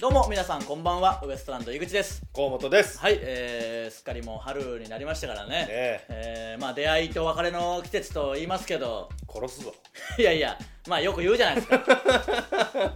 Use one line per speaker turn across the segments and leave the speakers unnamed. どうも皆さんこんばんはウエストランド井口です
河本です、
はい、えー、すっかりもう春になりましたからね
え
えーまあ出会いと別れの季節と言いますけど
殺すぞ
いやいやまあよく言うじゃないですか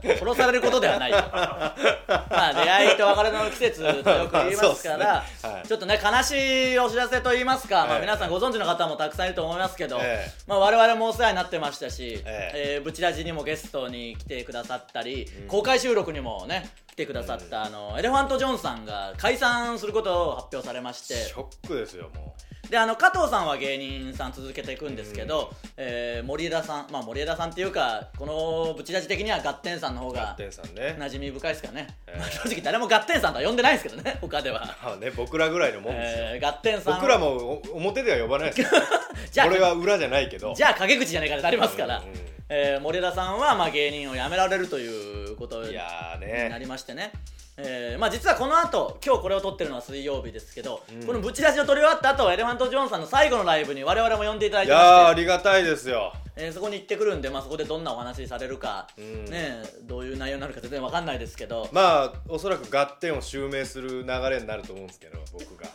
殺されることではないとまあ出会いと別れの季節とよく言いますから
そうっすねはい
ちょっとね悲しいお知らせと言いますか、まあ、
ええ
皆さんご存知の方もたくさんいると思いますけど、
ええ
まあ、我々もお世話になってましたし、
え
えーブチラジにもゲストに来てくださったり、公開収録にもね来てくださった、あのエレファント・ジョンさんが解散することを発表されまして
ショックですよも
であの加藤さんは芸人さん続けていくんですけど、えー森枝さんまあ森枝さんっていうかこのブチラジ的にはガッテンさんの方
うガッ
が
テンさんね
馴染み深いですからね、
えー
まあ正直誰もガッテンさんとは呼んでないですけどね他で は、
まあね僕らぐらいのもんですよ、
えー、ガッテンさん
僕らもお表では呼ばないですよ
じゃあ
これは裏じゃないけど
じゃあ陰口じゃないかってなりますから、
うんうん
えー森枝さんはまあ芸人を辞められるということ
い
に
やー
な
ね
りましてねえーまあ、実はこの後今日これを撮ってるのは水曜日ですけど、
うん
このブチラジを撮り終わった後エレファント・ジョーンさんの最後のライブに我々も呼んでいただい
い
てまして
やーありがたいですよ
えーそこに行ってくるんで、まあ、そこでどんなお話されるか、
うん
ねえどういう内容になるか全然わかんないですけど、
まあおそらくガッテンを襲名する流れになると思うんですけど僕が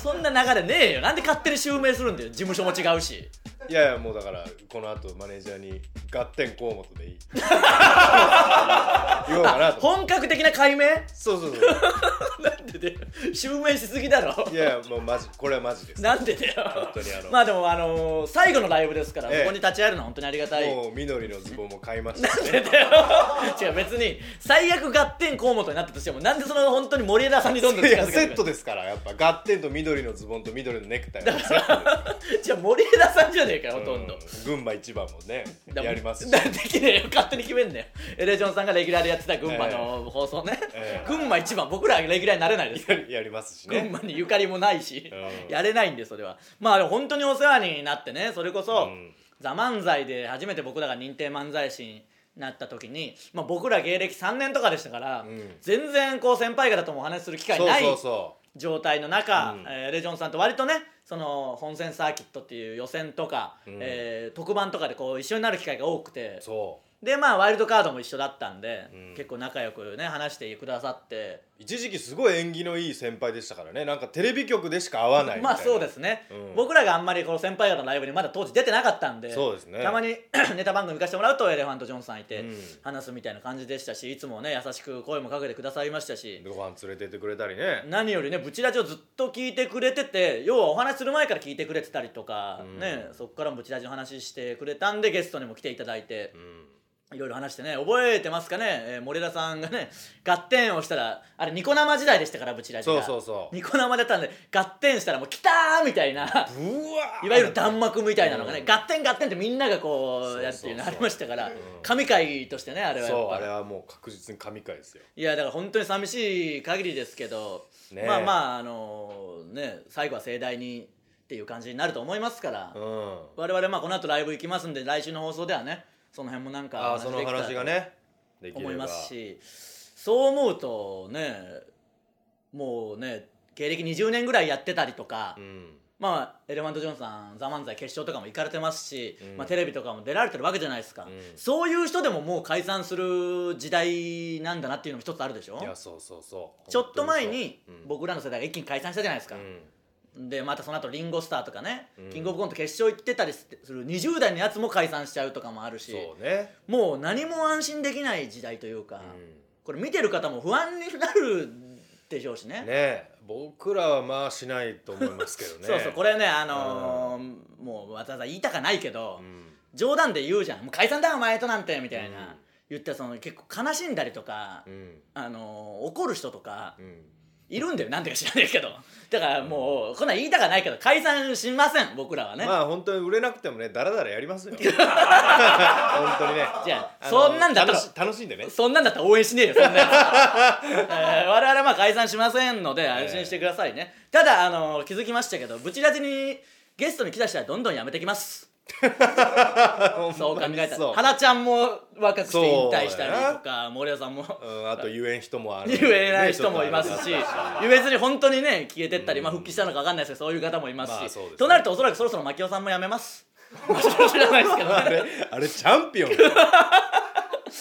そんな流れねえよなんで勝手に襲名するんだよ事務所も違うし
いやいやもうだからこの後マネージャーに「ガッテン河本でい い」言おうかなと
本格的な解明
そうそうそう
なんでだよ襲名しすぎだろ
いやいやもうマジこれはマジです
なんでだよ
本当にあの
まあでもあのー最後のライブですから、
ええ
ここに立ち会えるのは本当にありがたい
もう緑のズボンも買いましたしね
違う別に最悪合点河本になったとしてもなんでその本当に森枝さんにどんどん
い
近
や
づけ
セ
て
ッ
く
ト
る
ですからやっぱガッテンと緑のズボンと緑のネクタイはセットですから
じゃあ森枝さんじゃねえかよほとんど、
うん群馬一番もね
だ
やります し
だできねえよ勝手に決めんねよエレジョンさんがレギュラーでやってた群馬の放送ね、
ええ
群馬一番僕らはレギュラーになれないです
やりやりますし
群
ね
馬にゆかりもないし、
うん
やれないんでそれはまあでも本当にお世話になってねそれこそ「
うん
ザ漫才で初めて僕らが認定漫才師になった時に、まあ、僕ら芸歴3年とかでしたから、
ん
全然こう先輩方ともお話しする機会
そう
ない
そうそ
状態の中、
うん
えーレジョンさんと割とねその本戦サーキットっていう予選とか、
うん
えー特番とかでこう一緒になる機会が多くて
うそ
でまあワイルドカードも一緒だったんで、
うん
結構仲良くね話してくださって
う一時期すごい縁起のいい先輩でしたからねなんかテレビ局でしか会わないみたいな
まあそうですね、
うん
僕らがあんまりこの先輩方のライブにまだ当時出てなかったんで
そうですね
たまに ネタ番組行かせてもらうとエレファント・ジョンさんいて
うん
話すみたいな感じでしたしいつもね優しく声もかけてくださいましたし
ご飯連れてってくれたりね
何よりねブチラジをずっと聞いてくれてて要はお話しする前から聞いてくれてたりとか、
うん
ねそこからもブチラジの話してくれたんでゲストにも来ていただいて
う、ん
いろいろ話してね覚えてますかね、えー、森田さんがね合点をしたらあれニコ生時代でしたからブチラジが
そうそうそう
ニコ生だったんで合点したらもう「来た!」みたい な
うわー
いわゆる弾幕みたいなのがね
う
合点合点ってみんながこ
そうう
やっていうの
そ
あ
うそう
りましたから神回としてねあれはや
そうあ
っぱ
れはもう確実に神回ですよ
いやだから本当に寂しい限りですけど、
ねえ
まあまああのね最後は盛大にっていう感じになると思いますから、
うん
我々まあこの後ライブ行きますんで来週の放送ではねその辺もなんか
ああその
できたら
話がねできれ
思
ば
いますしそう思うとねもうね芸歴20年ぐらいやってたりとか、
うん
まあエレファント・ジョンさん「ザ・漫才決勝とかも行かれてますし、
うん
まあ、テレビとかも出られてるわけじゃないですか、
ん
そういう人でももう解散する時代なんだなっていうのも一つあるでしょ
いやそうそうそう
ちょっと前に
本当そう
僕らの世代が一気に解散したじゃないですか
う、ん
でまたその後リンゴスターとかね、
うん
キングオブコント決勝行ってたりする20代のやつも解散しちゃうとかもあるし
そうね
もう何も安心できない時代というか、これ見てる方も不安になるでしょうしね
ねえ僕らはまあしないと思いますけどね
そうそうこれねあのーもうわざわざ言いたかないけど、
うん
冗談で言うじゃん「もう解散だお前となんて」みたいな、
うん
言ったらその結構悲しんだりとか、
うん
あのー怒る人とか
うん
いるんだよなんてか知らないけどだからもうこんなん言いたかないけど解散しません僕らはね、
まあ本当に売れなくてもねダラダラやりますよ 本当にね
じゃあ
あの
そんなんだったら
楽し楽しんで ね
そんなんだったら応援しねえよそんなやつ、えー我々はまあ解散しませんので安心してくださいね、ただあの気づきましたけどブチラジにゲストに来た人はどんどんやめてきますそう考えたら
そう
花ちゃんも若くして引退したりとか森尾さんも
うんあと言えん人もある
言えない人もいますし
ね
言えずに本当にね消えてったり、まあ、復帰したのか分かんないですけどそういう方もいますし、
まあそうですね
となるとおそらくそろそろ 牧雄さんも辞めます知らないですけどね
あれあれチャンピオンだよ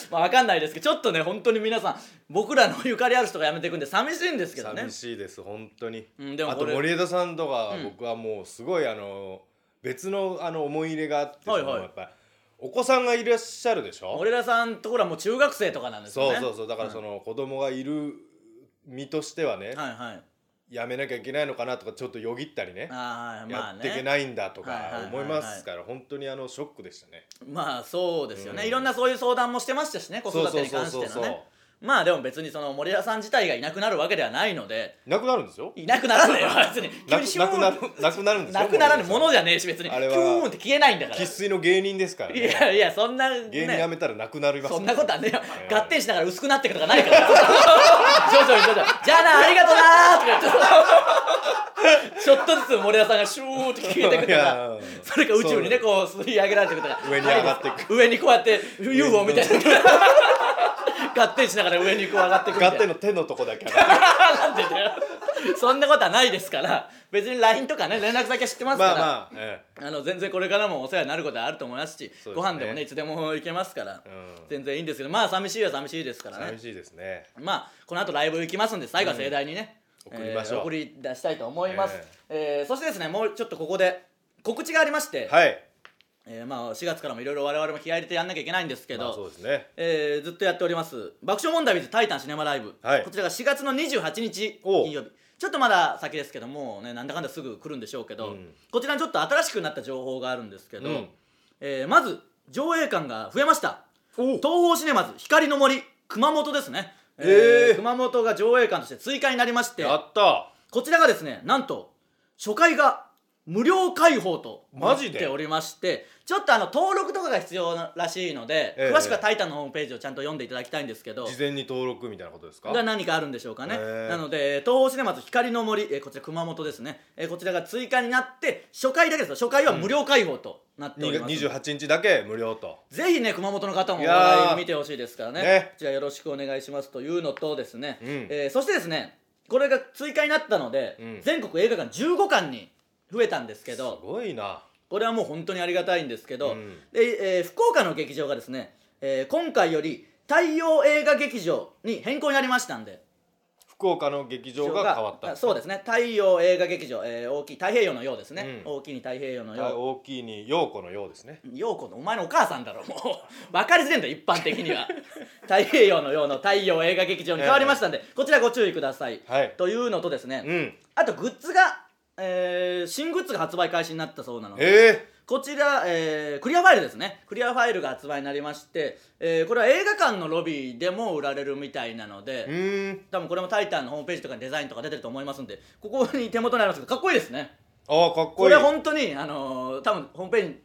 まあわかんないですけどちょっとね本当に皆さん僕らのゆかりある人が辞めていくんで寂しいんですけどね
寂しいです本当に、
うんでも
あと
これ
森枝さんとか
うん
僕はもうすごいあの別のあの思い入れがあって、
はい
その
はい
やっぱお子さんがいらっしゃるでしょ
俺らさんところはもう中学生とかなんですよ
そう
ね
そうそうだからその子供がいる身としてはね、
はいはい
やめなきゃいけないのかなとかちょっとよぎったりね
あーはいまあ
やっていけ
ね
ないんだと
はいはいはい
か
はい
思いますから本当にあのショックでしたね。
まあそうですよね、
うん
いろんなそういう相談もしてましたしね子
そう
育
そ
て
う
に
そう
関
そ
し
う
て
そ
のね
う。
まあでも別にその森田さん自体がいなくなるわけではないので
なくなるんですよ。
いなくならないよ 別に
な
急
く
にシュ
なくな
ー
る
ン
なくなるんですよ。
なくならぬもの
じ
じゃねえし別にキ
あ
ュ
れは
ーンって消えないんだから
生粋の芸人ですから、
い
ね。
やいやそんな
芸人辞めたらなくなります
そ
よ、
んなことはねえよ
ええ
合点しながら薄くなっていくとかないから 徐々に徐々に「じゃあなありがとうな」とか言 ってちょっとずつ森田さんがシューって消えていくと
い
か
や
それか宇宙にね
そう
こう吸い上げられていくとか
上に上がってい く
上にこうやって UFO みたいな合点しながら上にこう上がっていくみたいな
ガッテンの手のとこだ け
なんでだよそんなことはないですから別に LINE とかね連絡先は知ってますから、
まあまあ、え
あの全然これからもお世話になることはあると思いますし
そうですね
ご飯でもねいつでも行けますから、
えうん、
全然いいんですけどまあ寂しいは寂しいですからね
寂しいですね
まあこの後ライブ行きますんで最後は盛大にね、
うん送りましょう
えー送り出したいと思います、えーそしてですねもうちょっとここで告知がありまして、
はい、
えーまあ4月からもいろいろ我々も気合い入れてやんなきゃいけないんですけど、
まあ、そうですね
えーずっとやっております「爆笑問題 with タイタンシネマライブ」
はい
こちらが4月の28日
おう
金曜日ちょっとまだ先ですけどもうねなんだかんだすぐ来るんでしょうけど、
うん
こちらにちょっと新しくなった情報があるんですけど、
うん
えーまず上映館が増えました
おう
東宝シネマズ光の森熊本ですね、
えー
熊本が上映館として追加になりまして
やった
こちらがですねなんと初回が無料開放とな
マ
っ
ジで
ておりましてちょっとあの登録とかが必要ならしいので、
ええ
詳しくは「タイタン」のホームページをちゃんと読んでいただきたいんですけど
事前に登録みたいなことですか
が何かあるんでしょうかね、
ええ
なので東宝シネマズ光の森、えーこちら熊本ですね、えーこちらが追加になって初回だけですよ初回は無料開放となっております、
28日だけ無料と
ぜひね熊本の方もお
いやー
笑い見てほしいですからね
ね
こちらよろしくお願いしますというのとですね、
うん
えーそしてですねこれが追加になったので、
うん
全国映画館15館に増えたんですけ
す
ど
ごいな
これはもう本当にありがたいんですけど、
うん
でえー福岡の劇場がですね、えー今回より太陽映画劇場に変更になりましたんで
福岡の劇場が変わった
あそうですね太陽映画劇場、えー大きい太平洋のようですね、
うん
大きいに太平洋のよう
あ大きいに陽子のようですね
陽子のお前のお母さんだろもう分かりづれんだよ一般的に は太平洋のようの太陽映画劇場に変わりましたんで、こちらご注意ください、
はい
というのとですね、
うん
あとグッズが、えー新グッズが発売開始になったそうなので、
え
こちら、えークリアファイルですねクリアファイルが発売になりまして、えーこれは映画館のロビーでも売られるみたいなので、
えうん
多分これも「タイタン」のホームページとかにデザインとか出てると思いますんでここに手元にありますけどかっこいいですね
ああかっこ
こ
いい
れ本当にあのー多分ホームページ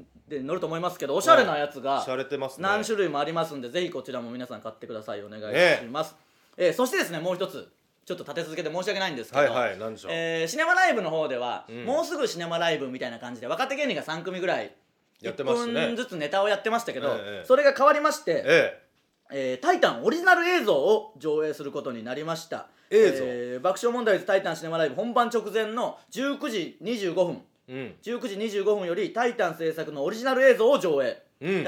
で載ると思いますけどおしゃれなやつが
しゃれてますね
何種類もありますんでぜひこちらも皆さん買ってくださいお願いします、えーそしてですねもう一つちょっと立て続けて申し訳ないんですけど、
はいはいなんでしょう
えーシネマライブの方では、
ん
もうすぐシネマライブみたいな感じで若手芸人が3組ぐらい
やってましたね
1分ずつネタをやってましたけど、
ええ
それが変わりまして、
え
えータイタン」オリジナル映像を上映することになりました
映像
えー爆笑問題ズタイタンシネマライブ」本番直前の19時25分
えうん
19時25分より「タイタン」制作のオリジナル映像を上映、
うん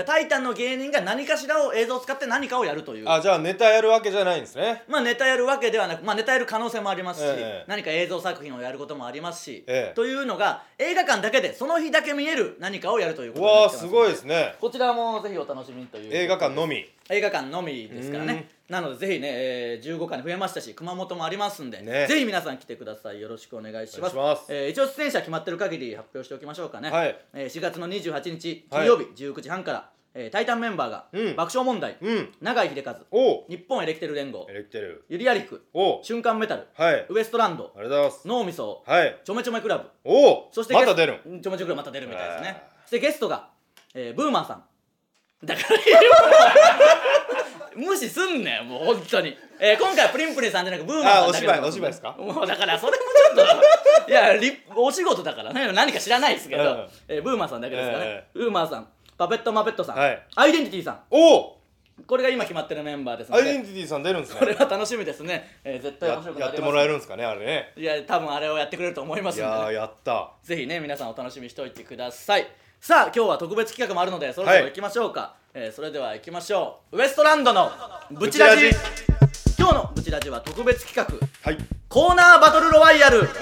タイタンの芸人が何かしらを映像を使って何かをやるという
あじゃあネタやるわけじゃないんですね
まあネタやるわけではなく、まあ、ネタやる可能性もありますし、
ええ
何か映像作品をやることもありますし、
ええ
というのが映画館だけでその日だけ見える何かをやるというこ
う
とにな
わ
っ
あ
てますす
ごいですね
こちらもぜひお楽しみにという
映画館のみ
映画館のみですからねなのでぜひね、えー15巻に増えましたし熊本もありますんで、
ね
ぜひ皆さん来てくださいよろしくお願いします
お願いします
えー一応出演者決まってる限り発表しておきましょうかね、
はい
えー4月の28日
は
金
い
曜日19時半から、えータイタンメンバーが、
うん
爆笑問題、
うん
永井秀和
おう
日本エレキテル連合
エレキテル
ゆりやりく
おう
瞬間メタル
はいあり
ウエストランド
がとうございます
脳みそ
はい
ちょめちょめクラブ
おお
そして
また出る
ゲ
ん
スちょめちょめクラブまた出るみたいですね
あ
そしてゲストが、えーブーマンさんだから無視すんねんもう本当に、えー今回はプリンプリンさんじゃなくブーマンさんだけど
あお芝居お芝居ですか
もうだからそれもちょっといやりお仕事だからね何か知らないですけど、
うん
えーブーマンさんだけですからね
え、
ブーマンさんパペットマペットさん、
はい
アイデンティティさん
おお
これが今決まってるメンバーですの
アイデン
で
ティティさん出るんですね
これは楽しみですね、えー絶対面
や
白くなります
やってもらえるんですかねあれね
いや多分あれをやってくれると思いま
い
すんでね
やーやった
ぜひね皆さんお楽しみにしておいてくださいさあ今日は特別企画もあるのでそろそろ行きましょうか、えーそれでは行きましょうウエストランドのブチラジ
ブチ
今日のブチラジは特別企画
はいよ
コーナーバトルロワイヤル、
いしょ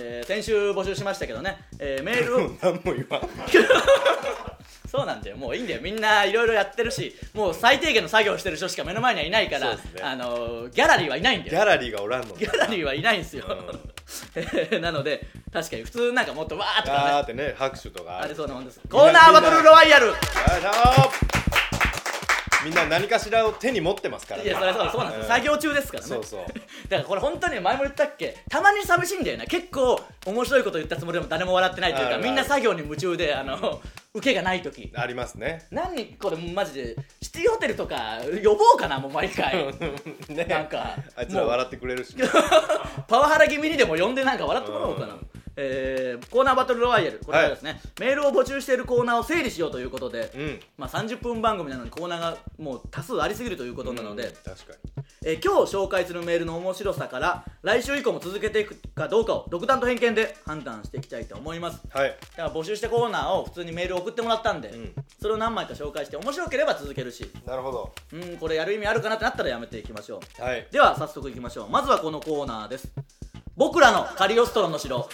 えー先週募集しましたけどね、えーメール を
何も言わん
そうなんだよもういいんだよみんないろいろやってるしもう最低限の作業してる人しか目の前にはいないから、
そうですね
あのーギャラリーはいないんだ
ギ
よ
ャラリーが おらんの
ギャラリーはいないんですよ、
うん
えー なので確かに普通なんかもっとわーっとかね
あーってね拍手とか
あり
よ
そうなもんですコーナーバトルロワイヤル
いしょみんな何かしらを手に持ってますから
いやそれそうそうなんですよ、作業中ですからね
そうそう
だからこれ本当に前も言ったっけたまに寂しいんだよな結構面白いこと言ったつもりでも誰も笑ってないという
ある
か
ある
みんな作業に夢中であの受けがない時
ありますね
何これマジでシティホテルとか呼ぼうかなもう毎回
ね
なんか
あいつら
もう
笑ってくれ るし
パワハラ気味にでも呼んでなんか笑ってもらおうかな、えーコーナーバトルロワイヤルこれはですね、メールを募集しているコーナーを整理しようということで、
うん
まあ、30分番組なのにコーナーがもう多数ありすぎるということなので、
うん確か
えー今日紹介するメールの面白さから来週以降も続けていくかどうかを独断と偏見で判断していきたいと思います
にはい
だから募集したコーナーを普通にメール送ってもらったんで、
ん
それを何枚か紹介して面白ければ続けるし
なるほど
うんこれやる意味あるかなってなったらやめていきましょう
はい
では早速いきましょうまずはこのコーナーです僕らのカリオストロの城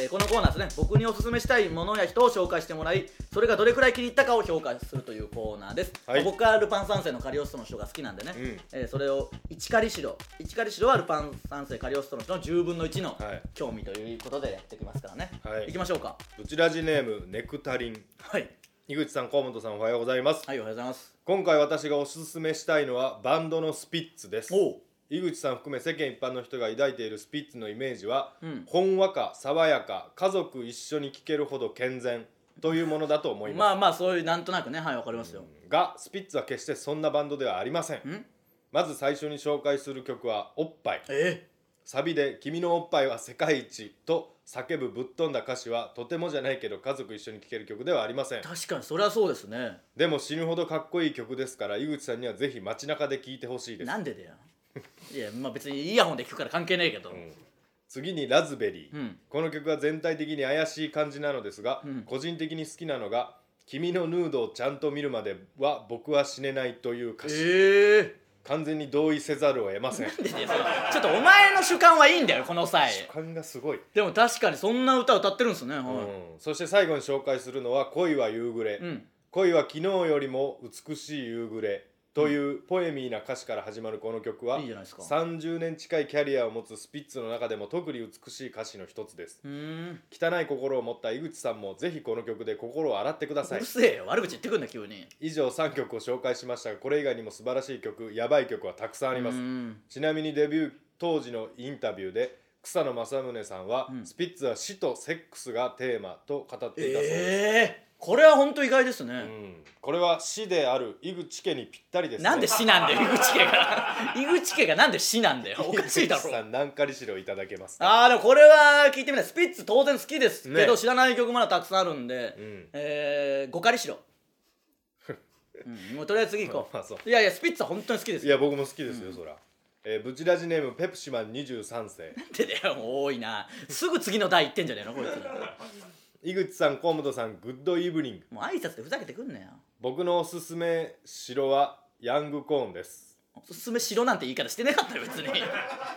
えーこのコーナーですね僕におすすめしたいものや人を紹介してもらいそれがどれくらい気に入ったかを評価するというコーナーです、
はい
僕はルパン三世のカリオストロの人が好きなんでね、
うん
えーそれを1カリシロ1カリシロはルパン三世カリオストロの人の10分の1の
はい
興味ということでやっていきますからね、
はい
きましょうか
ブチラジネームネクタリン
はい
井口さん河本さんおはようございます
はいおはようございます
今回私がおすすめしたいのはバンドのスピッツです
おう
井口さん含め世間一般の人が抱いているスピッツのイメージは、
うん
ほんわか爽やか家族一緒に聴けるほど健全というものだと思います、
まあまあそういうなんとなくねはいわかりますよ、
がスピッツは決してそんなバンドではありません
ん
まず最初に紹介する曲は「おっぱい」
え
サビで「君のおっぱいは世界一」と叫ぶぶっ飛んだ歌詞はとてもじゃないけど家族一緒に聴ける曲ではありません
確かにそれはそうですね
でも死ぬほどかっこいい曲ですから井口さんにはぜひ街中で聴いてほしいです
なんでだよいやまあ別にイヤホンで聞くから関係ねえけど、
次に「ラズベリー」
うん
この曲は全体的に怪しい感じなのですが、
ん
個人的に好きなのが「君のヌードをちゃんと見るまでは僕は死ねない」という歌詞、
ええ
完全に同意せざるを得 ません
ちょっとお前の主観はいいんだよこの際
主観がすごい、
でも確かにそんな歌歌ってるんですね、はい
うんそして最後に紹介するのは「恋は夕暮れ」
うん
恋は昨日よりも美しい夕暮れ」というポエミーな歌詞から始まるこの曲は、
いいじゃないですか
30年近いキャリアを持つスピッツの中でも特に美しい歌詞の一つです
うーん
汚い心を持った井口さんもぜひこの曲で心を洗ってくだ
う
さい
るせえよ悪口言ってくんだ急に
以上3曲を紹介しましたがこれ以外にも素晴らしい曲やばい曲はたくさんあります
うん
ちなみにデビュー当時のインタビューで草野正宗さんは、
ん
スピッツは死とセックスがテーマと語っていたそうです、
ええこれは本当意外です
う
ね、
ん、これは死である井口家にぴったりですね
なんで死なんだよ井口家が 井口家がなんで死なんだよおかしいだ
井口さ
ろ
ん何かりしろいただけますか
あーでもこれは聞いてみたいスピッツ当然好きですけど、
ね
知らない曲まだたくさんあるんで、
うん
えー、ごかりし ろ、うん、もうとりあえず次行こ
まあそう
ういやいやスピッツは本当に好きです
いや僕も好きですよ、そら、えーブチラジネームペプシマン23世
ってだよもう多いなすぐ次の題言ってんじゃねえのこいつ
井口さん河本さんグッドイブニング
もう挨拶でふざけてくんなよ
僕のおすすめ城はヤングコーンです、
おすすめしろなんて言い方してなかったよ別 に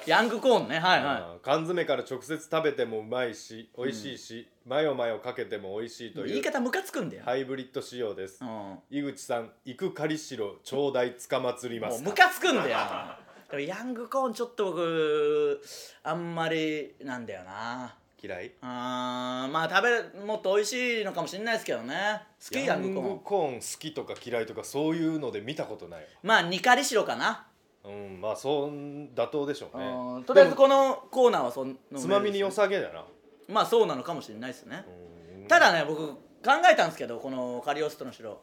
ヤングコーンねはいは
うん缶詰から直接食べてもうまいし美味しいし、マヨマヨかけても美味しい
いも
と
う言
い
いう方ムカつくんだよ、
ハイブリッド仕様です、
うん、も
井口さん行くかりしろちょうだいつかまつりま
う
すか
ムカつくんだよでもヤングコーンちょっと僕あんまりなんだよな
嫌い
あーまあ食べるもっと美味しいのかもしれないですけどね好き
ヤ
ヤ
ン
ングコー
グ
ン
コーン好きとか嫌いとかそういうので見たことない
まあニカリシロかな、
わうんまあそう妥当でしょう
う
ね
んとりあえず
で
このコーナーはその
もつまみに良
よ
さげだな、
まあそうなのかもしれないですね、
うん
ただね僕考えたんですけどこのカリオストロの城、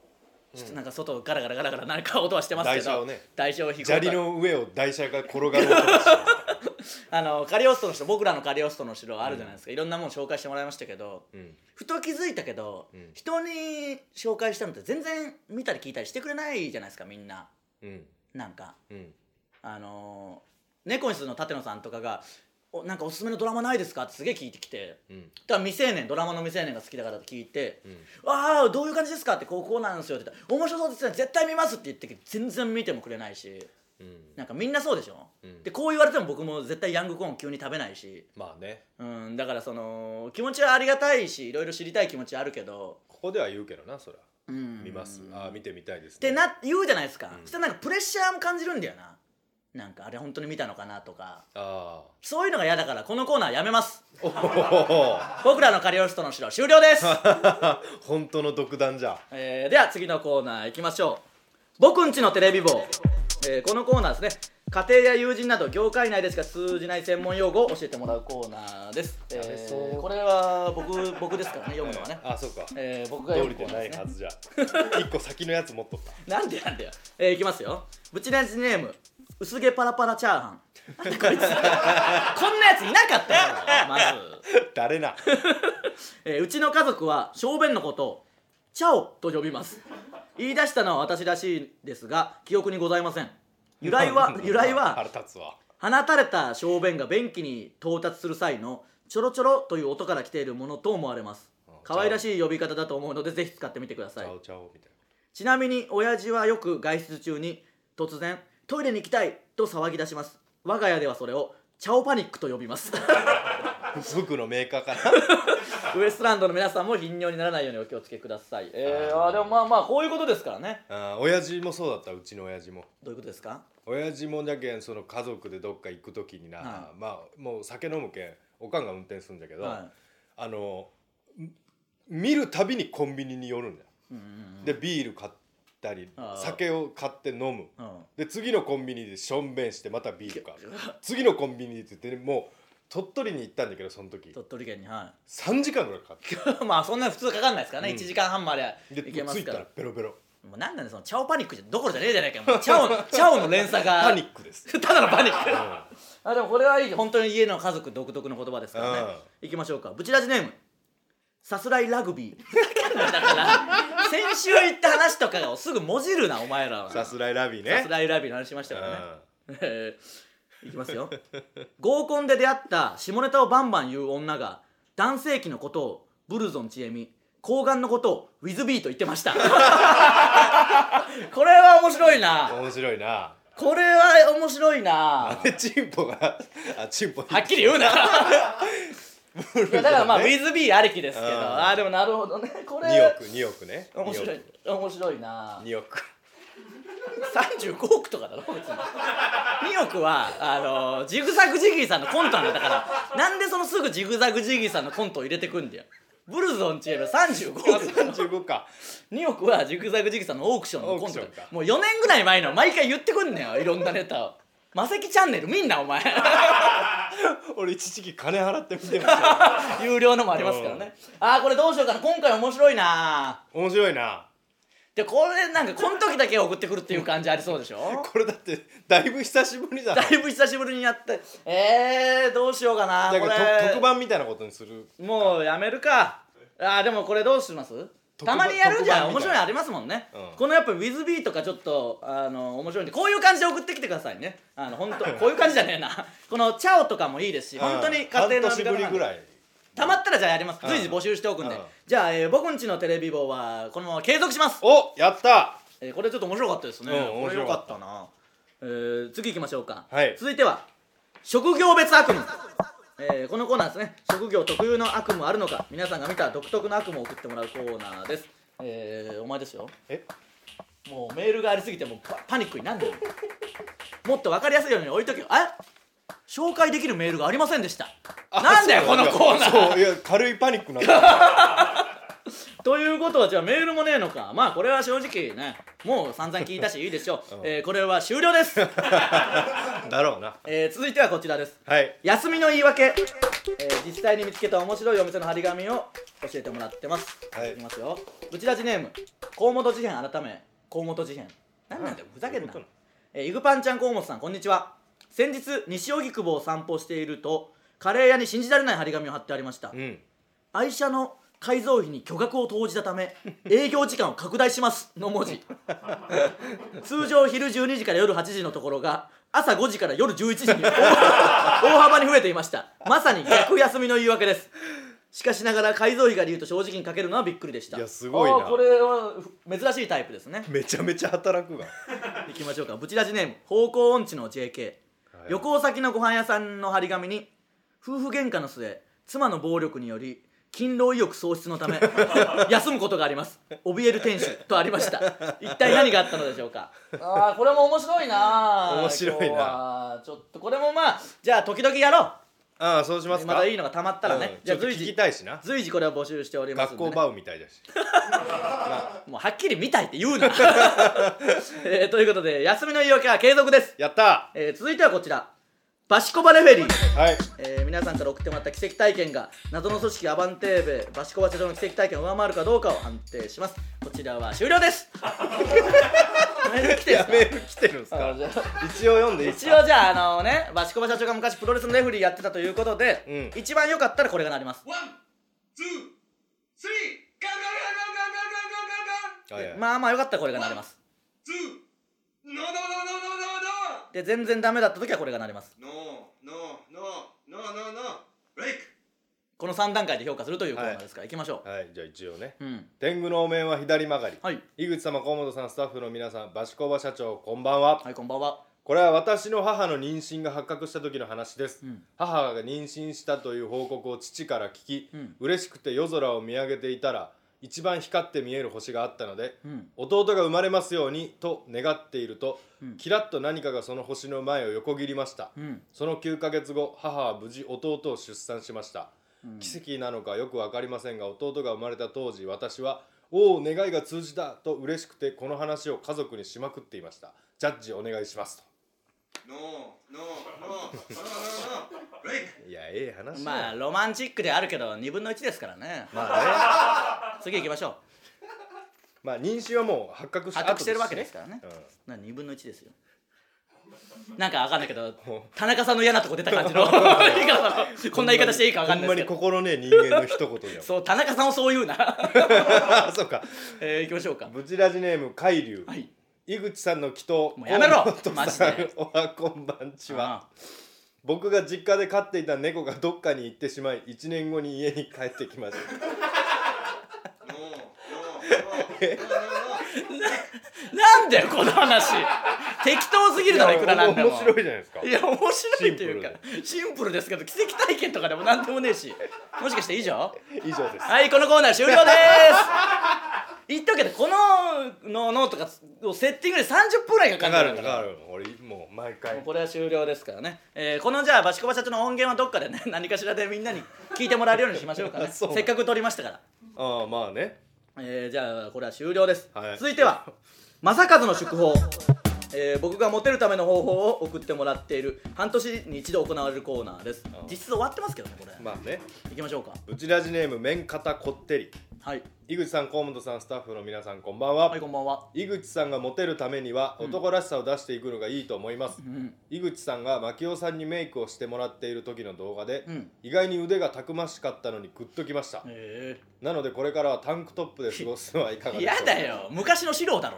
ちょっとなんか外ガラガラガラガラ何か音はしてますけど
台車をね
台車を引く
砂利の上を台車が転がる音がし
あのカリオストロの城僕らのカリオストロの城あるじゃないですか、いろんなもの紹介してもらいましたけど
て、うん
ふと気づいたけど、
ん
人に紹介したのって全然見たり聞いたりしてくれないじゃないですかみんな
うん
なんか
うん
あのー、猫にするの舘野さんとかがおなんかおすすめのドラマないですか?」ってすげえ聞いてきて
うん
だから未成年ドラマの未成年が好きだからって聞いて
うん
「ああどういう感じですか?」って「こうこうなんですよ」って言ったら「面白そうですね絶対見ます」って言ってきて全然見てもくれないし
うん
なんかみんなそうでしょ、
うん
でこう言われても僕も絶対ヤングコーン急に食べないし、
まあね
うん、だからその気持ちはありがたいしいろいろ知りたい気持ちはあるけど、
ここでは言うけどなそら
うん、
見ます
っ
あー見てみたいです
て
ね
な言うじゃないですか、
ん
そしたらなんかプレッシャーも感じるんだよななんかあれ本当に見たのかなとか
あ
そういうのが嫌だからこのコーナーやめます
ーおお
僕らのカリオストの城終了です、
本当の独断じゃ
えーでは次のコーナー行きましょう僕んちのテレビ棒、えーこのコーナーですね家庭や友人など業界内でしか通じない専門用語を教えてもらうコーナーです、え
やべ
ー
そう
これは僕僕ですからね読むのはね、
あそうか
えー僕が
通
読む
り
コ
て
ーナ
な
ー
い
です、
は
ね、
ずじゃ一個先のやつ持っとった
なんでなんだよ、えー、いきますよブチラジネーム薄毛パラパラチャーハンなんだこいつこんなやついなかったよまず
誰な
えーうちの家族は小便のことを「チャオ」と呼びます言い出したのは私らしいですが記憶にございません由来 は由来は
腹立つわ
放たれた小便が便器に到達する際のちょろちょろという音から来ているものと思われます可愛らしい呼び方だと思うのでぜひ使ってみてくだ
ち
さい
ゃおちゃおみたい
ちなみに親父はよく外出中に突然トイレに行きたいと騒ぎ出します我が家ではそれをチャオパニックと呼びます
な服のメーカーかな
ウエストランドの皆さんも頻尿にならないようにお気をつけくださいえー、
あー
あーでもまあまあこういうことですからね
あー親父もそうだったうちの親父も
どういうことですか
親父もじゃけんその家族でどっか行く時にな、
は
まあもう酒飲むけんおかんが運転するんじゃけど、
は
あのん見るたびにコンビニに寄るんだよ、
いうんうん
でビール買ったり
あー
酒を買って飲む
うんうん
で次のコンビニでしょんべんしてまたビール買う次のコンビニって言ってもう鳥取に行ったんだけどその時
鳥取県には
3時間ぐらいかかって
い まあそんな普通かかんないですからね、
うん
1時間半まで
で
いけま
着
す
い
か
た
ら
らベロベロ
もうなんなんだよそのチャオパニックじゃどころじゃねえじゃないかよもうチャ オチャオの連鎖が、
パニックです
ただのパニッ
う
ク
ん
あでもこれはいい本当に家の家族独特の言葉ですからね、行きましょうかブチラジネームさすらいラグビーだから先週言った話とかをすぐもじるなお前らは
さすらいラビーね
さすらいラグビーの話しましたからね
うん
え ーいきますよ合コンで出会った下ネタをバンバン言う女が男性器のことをブルゾンちえみ睾丸のことをウィズビーと言ってました これは面白いな
面白いな
これは面白いな
あ
は
れチンポがあチンポ
っきり言うないやだからまあ、ウィズビーありきですけど
うん
あーでもなるほどねこれ
2億2億ね
面白い面白いな
2億
35億とかだろ別に2億はあのジグザグジギーさんのコントなんだからなんでそのすぐジグザグジギーさんのコントを入れてくんだよブルゾンチエル35億だろ
35か
2億はジグザグジギーさんのオークションのコントだ
オークションか
もう4年ぐらい前の毎回言ってくんねよいろんなネタをマセキチャンネル見んなお 前
俺一時期金払って見てましたよ
有料のもありますからねああこれどうしようかな今回面白いな
面白いな
でこれなんかこの時だけ送ってくるっていう感じありそうでしょ
これだってだいぶ久しぶりだな
だいぶ久しぶりにやってえー、どうしようかな
だ
こ
か
れ
らと特番みたいなことにする
もうやめるかあーでもこれどうします
特
た
番
まにやるんじゃん面
特番みたい
白いのありますもんね、
うん
このやっぱ「WithB」とかちょっとあの面白いんでこういう感じで送ってきてくださいねあの本当こういう感じじゃねえなこの「チャオ」とかもいいですし本当に家庭の
半年ぶりぐらい
たまったらじゃあやります
うん
随時募集しておくんで、
うん
じゃあ、えー僕んちのテレビ棒はこのまま継続します、
おやった
えーこれちょっと面白かったですね、
うん
こ
面
れよ
白
か
か
っ
った
たな、えー次行きましょうか、
はい
続いては職業別悪夢えーこのコーナーですね職業特有の悪夢あるのか皆さんが見た独特の悪夢を送ってもらうコーナーですえー、お前ですよ
え
もうメールがありすぎてもうパパニックになんでるもっと分かりやすいように置いとけよあ紹介できるメールがありませんでしたなんだよこのコーナー
そういや軽いパニッ クになった
ということはじゃあメールもねえのかまあこれは正直ねもう散々聞いたしいいでしょう、
うん
えーこれは終了です、
だろうな
えー続いてはこちらです
はい
休みの言い訳、えー実際に見つけた面白いお店の張り紙を教えてもらってます、
はい
きますよブチラジネーム河本事変改め河本事変何なんだよふざけんな
どういうこ
えーイグパンちゃん河本さんこんにちは先日西荻窪を散歩しているとカレー屋に信じられない張り紙を貼ってありました、
うん
愛車の改造費に巨額を投じたた め営業時間を拡大しますの文字通常昼12時から夜8時のところが朝5時から夜11時に大大 幅に増えていましたまさに逆休みの言い訳ですしかしながら改造費が理由と正直にかけるのはびっくりでした
いやすごいな
あーこれはふ珍しいタイプですね
めちゃめちゃ働くが、
いきましょうかブチラジネーム方向音痴の JK 旅行先のご飯屋さんの張り紙に夫婦喧嘩の末妻の暴力により勤労意欲喪失のため 休むことがあります怯える店主とありました一体何があったのでしょうかああこれも面白いな
面白いな
今日はちょっとこれもまあじゃあ時々やろ
ああそうしま
う
すか
またいいのがたまったらね、
うん
じ
ち
ゃ
ょ
あ
っと
随
聞き
時
たいしな
随時これは募集しております
学
んで、
校
ね、
バウみたいだし
もうはっきり見たいって言うな、 えーということで休みの言い訳は継続です、
やった
えー続いてはこちらバシコバレフェリー
ーはい
えー皆さんから送ってもらった奇跡体験が謎の組織アバンテーベバシコバ社長の奇跡体験を上回るかどうかを判定しますこちらは終了です メール来てるんで
メ
す
ール来てるんです
かあ
か
のじゃあ
一応読んでいいです
一
か
応じゃああのねバシコバ社長が昔プロレスのレフェリーやってたということで、
うん
一番良かったらこれがなります、
One, two, three, go, go, go, go, go, go, go, go, go, go.
はいはい
まあまあ良かったらこれがなります
Two. No, no, no, no, no, no, no.
で全然ダメだった時はこれがなります
No, no, no, no, no, no. Break.
この3段階で評価するというコーナーですから、行きましょ
はいじゃあ一応ね
ううん
天狗のお面は左曲がり、
はい
井口様河本さんスタッフの皆さんバシコバ社長こんばんは、
はいこんばんは
これは私の母の妊娠が発覚した時の話です、
うん
母が妊娠したという報告を父から聞き、
うん
嬉しくて夜空を見上げていたら一番光って見える星があったので、
うん
弟が生まれますようにと願っていると、
うん
キラッと何かがその星の前を横切りました、
うん
その9ヶ月後母は無事弟を出産しました、
ん
奇跡なのかよく分かりませんが弟が生まれた当時私は「おお願いが通じた」と嬉しくてこの話を家族にしまくっていましたジャッジお願いします
No, no, no, no, no, no. Break.
といやええ話や
まあロマンチックであるけど2分の1ですからね
まあね
次行きましょう
まあ妊娠はもう発覚し
発覚してるわけですかららね
うん、
な2分の1ですよなんかわかんないけど田中さんの嫌なとこ出た感 じの言い方のこんな言い方していいかわかんないですけ
ほん
ど
まに心ねえ人間の一言じゃん
そう田中さんをそう言うな、
あ そうか
えー、行きましょうか
ブチラジネーム海流、
はい
井口さんの祈祷
もうやめろ
河本
マジ
さん
で
おはこんばんちは
あ
僕が実家で飼っていた猫がどっかに行ってしまい1年後に家に帰ってきました
No, no, no, no, no, no.
あなんだよこの話適当すぎる だろいくらなんでも
面白いじゃないですか
いや面白いというかシンプルですけど奇跡体験とかでもなんでもねえしもしかして以上
以上です
はい、このコーナー終了です言っとくけど、このののとかをセッティングで30分ぐらいかか
か
るんだか
かるからかる俺もう毎
もう
回
これは終了ですからね、えーこのじゃあバシコバ社長の音源はどっかでね 何かしらでみんなに聞いてもらえるようにしましょうかね
そう
せっかく撮りましたから、
ああまあね
えーじゃあこれは終了です、
はい
続いては正和の祝報えー僕がモテるための方法を送ってもらっている半年に一度行われるコーナーです
ん
実質終わってますけどねこれ、
まあね
いきましょうか
ブチラジネーム麺肩こってり
はい
井口さん河本さんスタッフの皆さんこんばんは、
はいこんばんは
井口さんがモテるためには男らしさを出していくのがいいと思います、
ん
井口さんが牧雄さんにメイクをしてもらっている時の動画で、
うん
意外に腕がたくましかったのにグッときました、
えー
なのでこれからはタンクトップで過ごすのはいかがでしょう
嫌
か
だよ昔の四郎だろ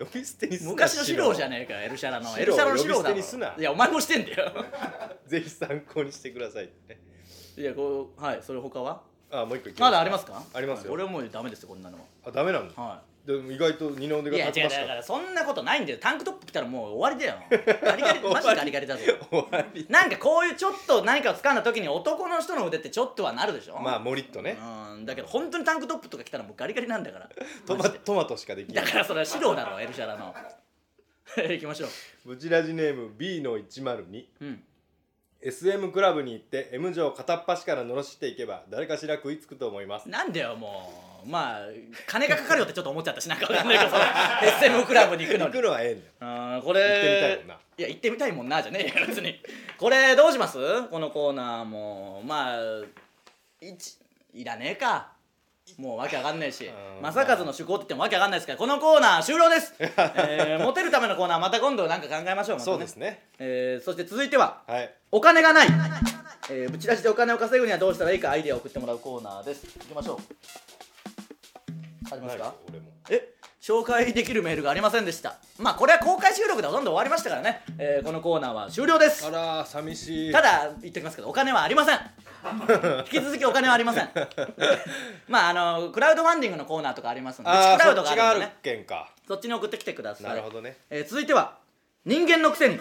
呼び捨てにすな
昔の四郎じゃねえかエルシャラの
四郎
エルシャラの四郎だ
呼び捨てにすな
ろいやお前もしてんだ よ
ぜひ参考にしてくださいってね
いやこうはいそれ他は
あもう一個いき
まだありますか
ありますよ
俺はもうダメですよこんなの
あダメなんだ
は
でも意外と二の腕
いいや
が
違
た
う
くまし
だ
か
か
っ
らそんなことないんだよタンクトップ着たらもう終わりだよガリガリマジガリガリだ ぞ
た終わり
なんかこういうちょっと何かを掴んだ時に男の人の腕ってちょっとはなるでしょ
まあモリッとね
うんだけど本当にタンクトップとか着たらもうガリガリなんだから
トマトマトしかできな
だ
い
からそれは四郎だろエルシャラの 行きましょ
ブチラジネーム B の 102SM
ううん、
クラブに行って M 城を片っ端から罵していけば誰かしら食いつくと思います
なんだよもうまあ金がかかるよってちょっと思っちゃったしなんかわかんないけどその SM クラブに行くの
行
に
くのはええんだよ
あーこれ
行ってみたいもんない
や行ってみたいもんなじゃねえよ別にこれどうしますこのコーナーもまあいちいらねえかもうわけわかんないし
うん
正和の趣向って言ってもわけわかんないですからこのコーナー 終了です、えーモテるためのコーナーまた今度なんか考えましょうまたね
そうですね
えーそして続いては
はい
お金がないえー、ぶち出しでお金を稼ぐにはどうしたらいいかアイデアを送ってもらうコーナーですいきましょうありますか
ないです俺も
え紹介できるメールがありませんでしたまあこれは公開収録でほとんど終わりましたからね、えーこのコーナーは終了です
あらー寂しい
ただ言ってきますけどお金はありません 引き続きお金はありませんまああのクラウドファンディングのコーナーとかありますので
あ
クラウ
ーそ
ド
っ
が
ちが
あ
あ
るん
る
でね
けんか
そっちに送ってきてください
なるほどね
えー続いては人間のくせに、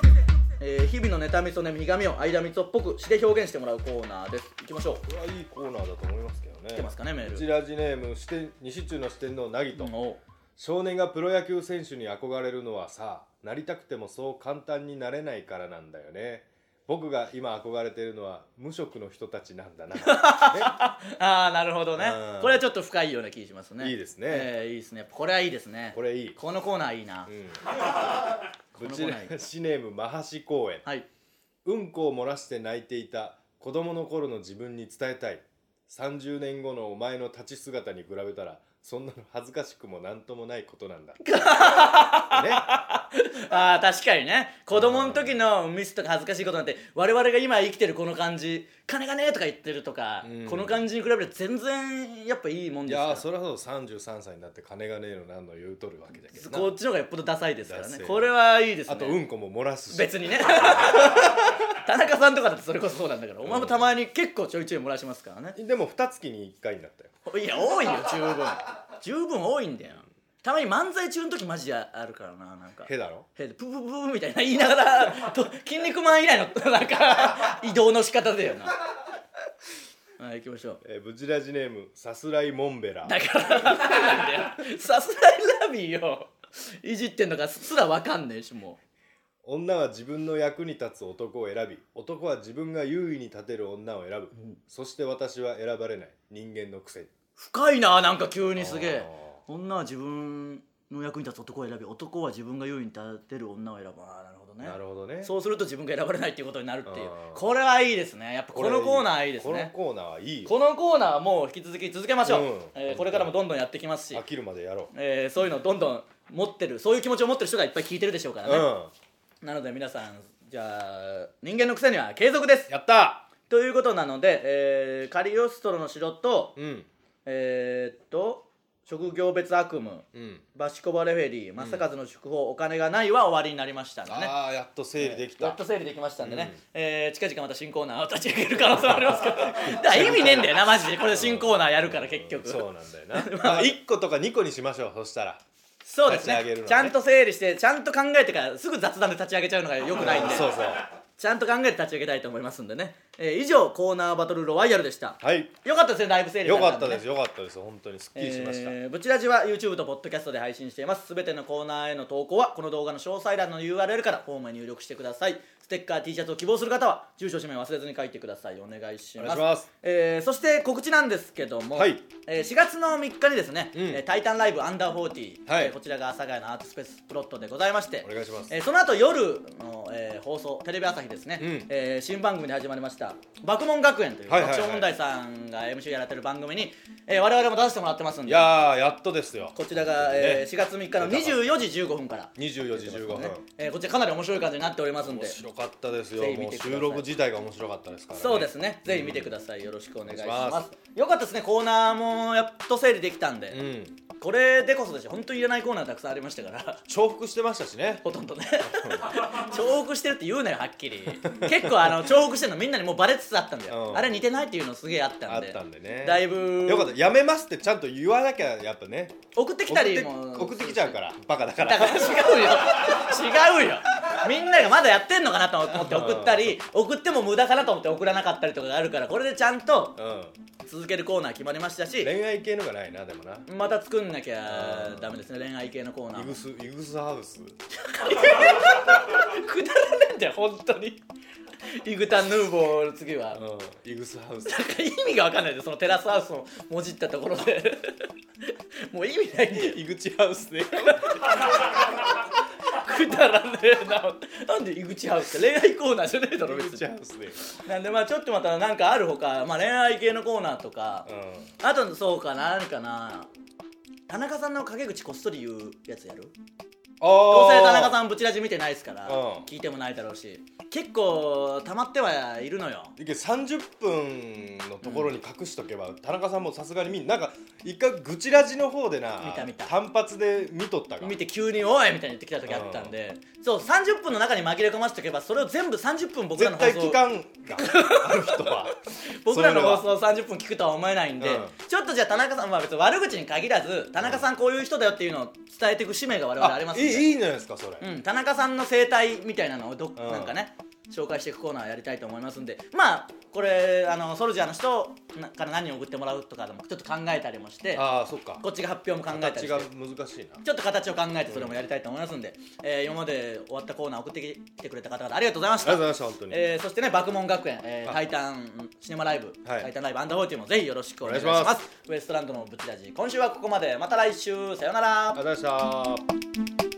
えー日々の妬みそねみひがみを間みつをっぽく詩で表現してもらうコーナーですいきましょう
これはいいコーナーだと思いますけどね
来てますかねメー
うち
ル
らじネーム四天西中の四天王なぎと、
うんおう
少年がプロ野球選手に憧れるのはさなりたくてもそう簡単になれないからなんだよね僕が今憧れてるのは無職の人たちな んだな
ああなるほどね
うん
これはちょっと深いような気がしますね
いいですね
えーいいですねこれはいいですね
これいい、
このコーナーいいな、
うん、
こ
う
の
ち
コー
ら
ナーいい
シネームマハシ公園
はい
うんこを漏らして泣いていた子供の頃の自分に伝えたい30年後のお前の立ち姿に比べたらそんなの恥ずかしくもなんともないことなん だね
あー確かにね子供の時のミスとか恥ずかしいことなんて我々が今生きてるこの感じ「金がねえ」とか言ってるとか、
うん
この感じに比べて全然やっぱいいもん
い
ですか
やー
ら
そりゃそう33歳になって金がねえのなんの言うとるわけだけどな
こっちの方がよっぽどダサいですから
ダ
ね
セえ
これはいいですね
あとうんこも漏らすし
別にね 田中さんとかだってそれこそそうなんだからお前もたまに結構ちょいちょい漏らしますからね
でも二月に1回になったよ
いや多いよ十分十分多いんだよたまに漫才中の時マジであるからななんか
へだろ
へでププププみたいな言いながら と筋肉マン以来のなんか移動の仕方だよなはい行きましょう
えーブチラジネームさすらいモンベラ
だからなんだよさすらいラビーよいじってんのかすらわかんねえしも
女は自分の役に立つ男を選び男は自分が優位に立てる女を選ぶ、そして私は選ばれない人間のくせに
う深いななんか急にすげえ
あ
女は自分の役に立つ男を選び男は自分が優位に立てる女を選ぶああなるほど
ー
ね
なるほどね
そうすると自分が選ばれないっていうことになるっていう
あー
これはいいですねやっぱこ
れ
のコーナーいいですね
このコーナーはいいよ
このコーナーはもう引き続き続けましょう、
うん
えーこれからもどんどんやってきますし
飽、きるまでやろ
えーそういうのどんどん持ってるそういう気持ちを持ってる人がいっぱい聞いてるでしょうか
う、
らね、
うん
なので皆さんじゃあ人間のくせには継続です
やった
ということなので、えーカリオストロの城と
うん
えーっと職業別悪夢
うん
バシコバレフェリー正和の祝報、お金がないは終わりになりましたんでね
ああやっと整理できた、
やっと整理できましたんでね、
うん
えー近々また新コーナーを立ち上げる可能性もありますけどだから意味ねえんだよなマジでこれ新コーナーやるから結局、
そうなんだよ な、まあ、1個とか2個にしましょうそしたら
そうですね
立ち上げるのね
ちゃんと整理してちゃんと考えてからすぐ雑談で立ち上げちゃうのがよくないんで
そうそう
ちゃんと考えて立ち上げたいと思いますんでね、えー以上コーナーバトルロワイヤルでした、
はい
よかったですねだいぶ整理
よ
され
かった
んね
ですよかったです本当にすっきりしました、
えーブチラジは YouTube と Podcast で配信していますすべてのコーナーへの投稿はこの動画の詳細欄の URL からフォームに入力してくださいステッカー T シャツを希望する方は住所氏名を忘れずに書いてくださいお願いします
お願いします
えーそして告知なんですけども、
はい
えー4月の3日にですね「
うん
えータイタンライブアンダー40、
はい
えーこちらが阿佐ヶ谷のアートスペースプロットでございまして
お願いします
えーその後夜の、えー放送テレビ朝日ですね、
うん
えー新番組で始まりました「爆問学園」という
はい
爆
はいはい
笑問題さんが MC やられてる番組に、えー我々も出してもらってますん
い
で
やーやっとですよ
こちらが、えー4月3日の24時15分から、
24時15分、
ねえーこちらかなり面白い感じになっておりますんで
面白かったです
ぜひ
よ
見
もう
てください
収録自体が面白かったですから、ね、
そうですねぜひ見てくださいよろしくお願いし
お願
ま
いし
す
ます
よかったですねコーナーもやっと整理できたんで、
うん
これでこそですよ本当にいらないコーナーたくさんありましたから
重複してましたしね
ほとんどね重複してるって言うなよはっきり結構あの重複してるのみんなにもうバレつつあったんだよ、
うん
あれ似てないっていうのすげえあった
あ
ん
っ
で
たんでね
だいぶ
よかったやめますってちゃんと言わなきゃやっぱね
送ってきたりも
送ってきちゃうからバカだか
だからら違うよ違うよみんながまだやってんのかなと思って送ったり送っても無駄かなと思って送らなかったりとかがあるからこれでちゃんと
うん
続けるコーナー決まりましたし
恋愛系のがないなでもな
また作んなきゃダメですね恋愛系のコーナ
イ
ー
グスイグスハウス
くだらねえんだよ本当にイグタンヌーボーの次は
うんイグスハウス
なんか意味が分かんないでそのテラスハウスをもじったところで もう意味ないんだよ
イグチハウスで
くだらねえななんで井口ハウスって恋愛コーナーじゃねえだろ
イグ
別
チハ
に
ウスで
なんでまあちょっとまたなんかあるほか、まあ、恋愛系のコーナーとか、
うん
あとそうかな何かな田中さんの陰口こっそり言うやつやる
あ
どうせ田中
ん
さんブチラジ見てないですから
うん
聞いてもないだろうし結構溜まってはいるのよ
いけ30分のところに隠しとけば、田中さんもさすがに見んなんか一回愚痴ラジの方でな
見た見た
単発で見とったから
見て急に「おい!」みたいに言ってきた時あったんでそう30分の中に紛れ込ませておけばそれを全部30分僕らの
絶
放
対
送
期間がある人は
僕らの放送を30分聞くとは思えないんで、
うん
ちょっとじゃあ田中さんは別に悪口に限らず田中さんこういう人だよっていうのを伝えていく使命が我々 ありますん
い
で
いいいんじゃないですかそれ、
うん、田中さんの生態みたいなのをど、
うん
なんかね紹介していくコーナーやりたいと思いますんでまあこれあのソルジャーの人なから何を送ってもらうとかでもちょっと考えたりもして
ああそっか
こっちが発表も考えたり
形
して
が難しいな
ちょっと形を考えてそれもやりたいと思いますんで、えー今まで終わったコーナー送ってきてくれた方々ありがとうございまし
ありがとうござい
た
ました本当に、
えーそしてね、爆問学園、えー、タ
は
イ
い
タンシネマライブ、
はい
タイタンライブアンダーフォーティーもぜひよろしくお願いします
お願いします
ウエストランドのブチラジ今週はここまでまた来週さようなら
ありがとうございました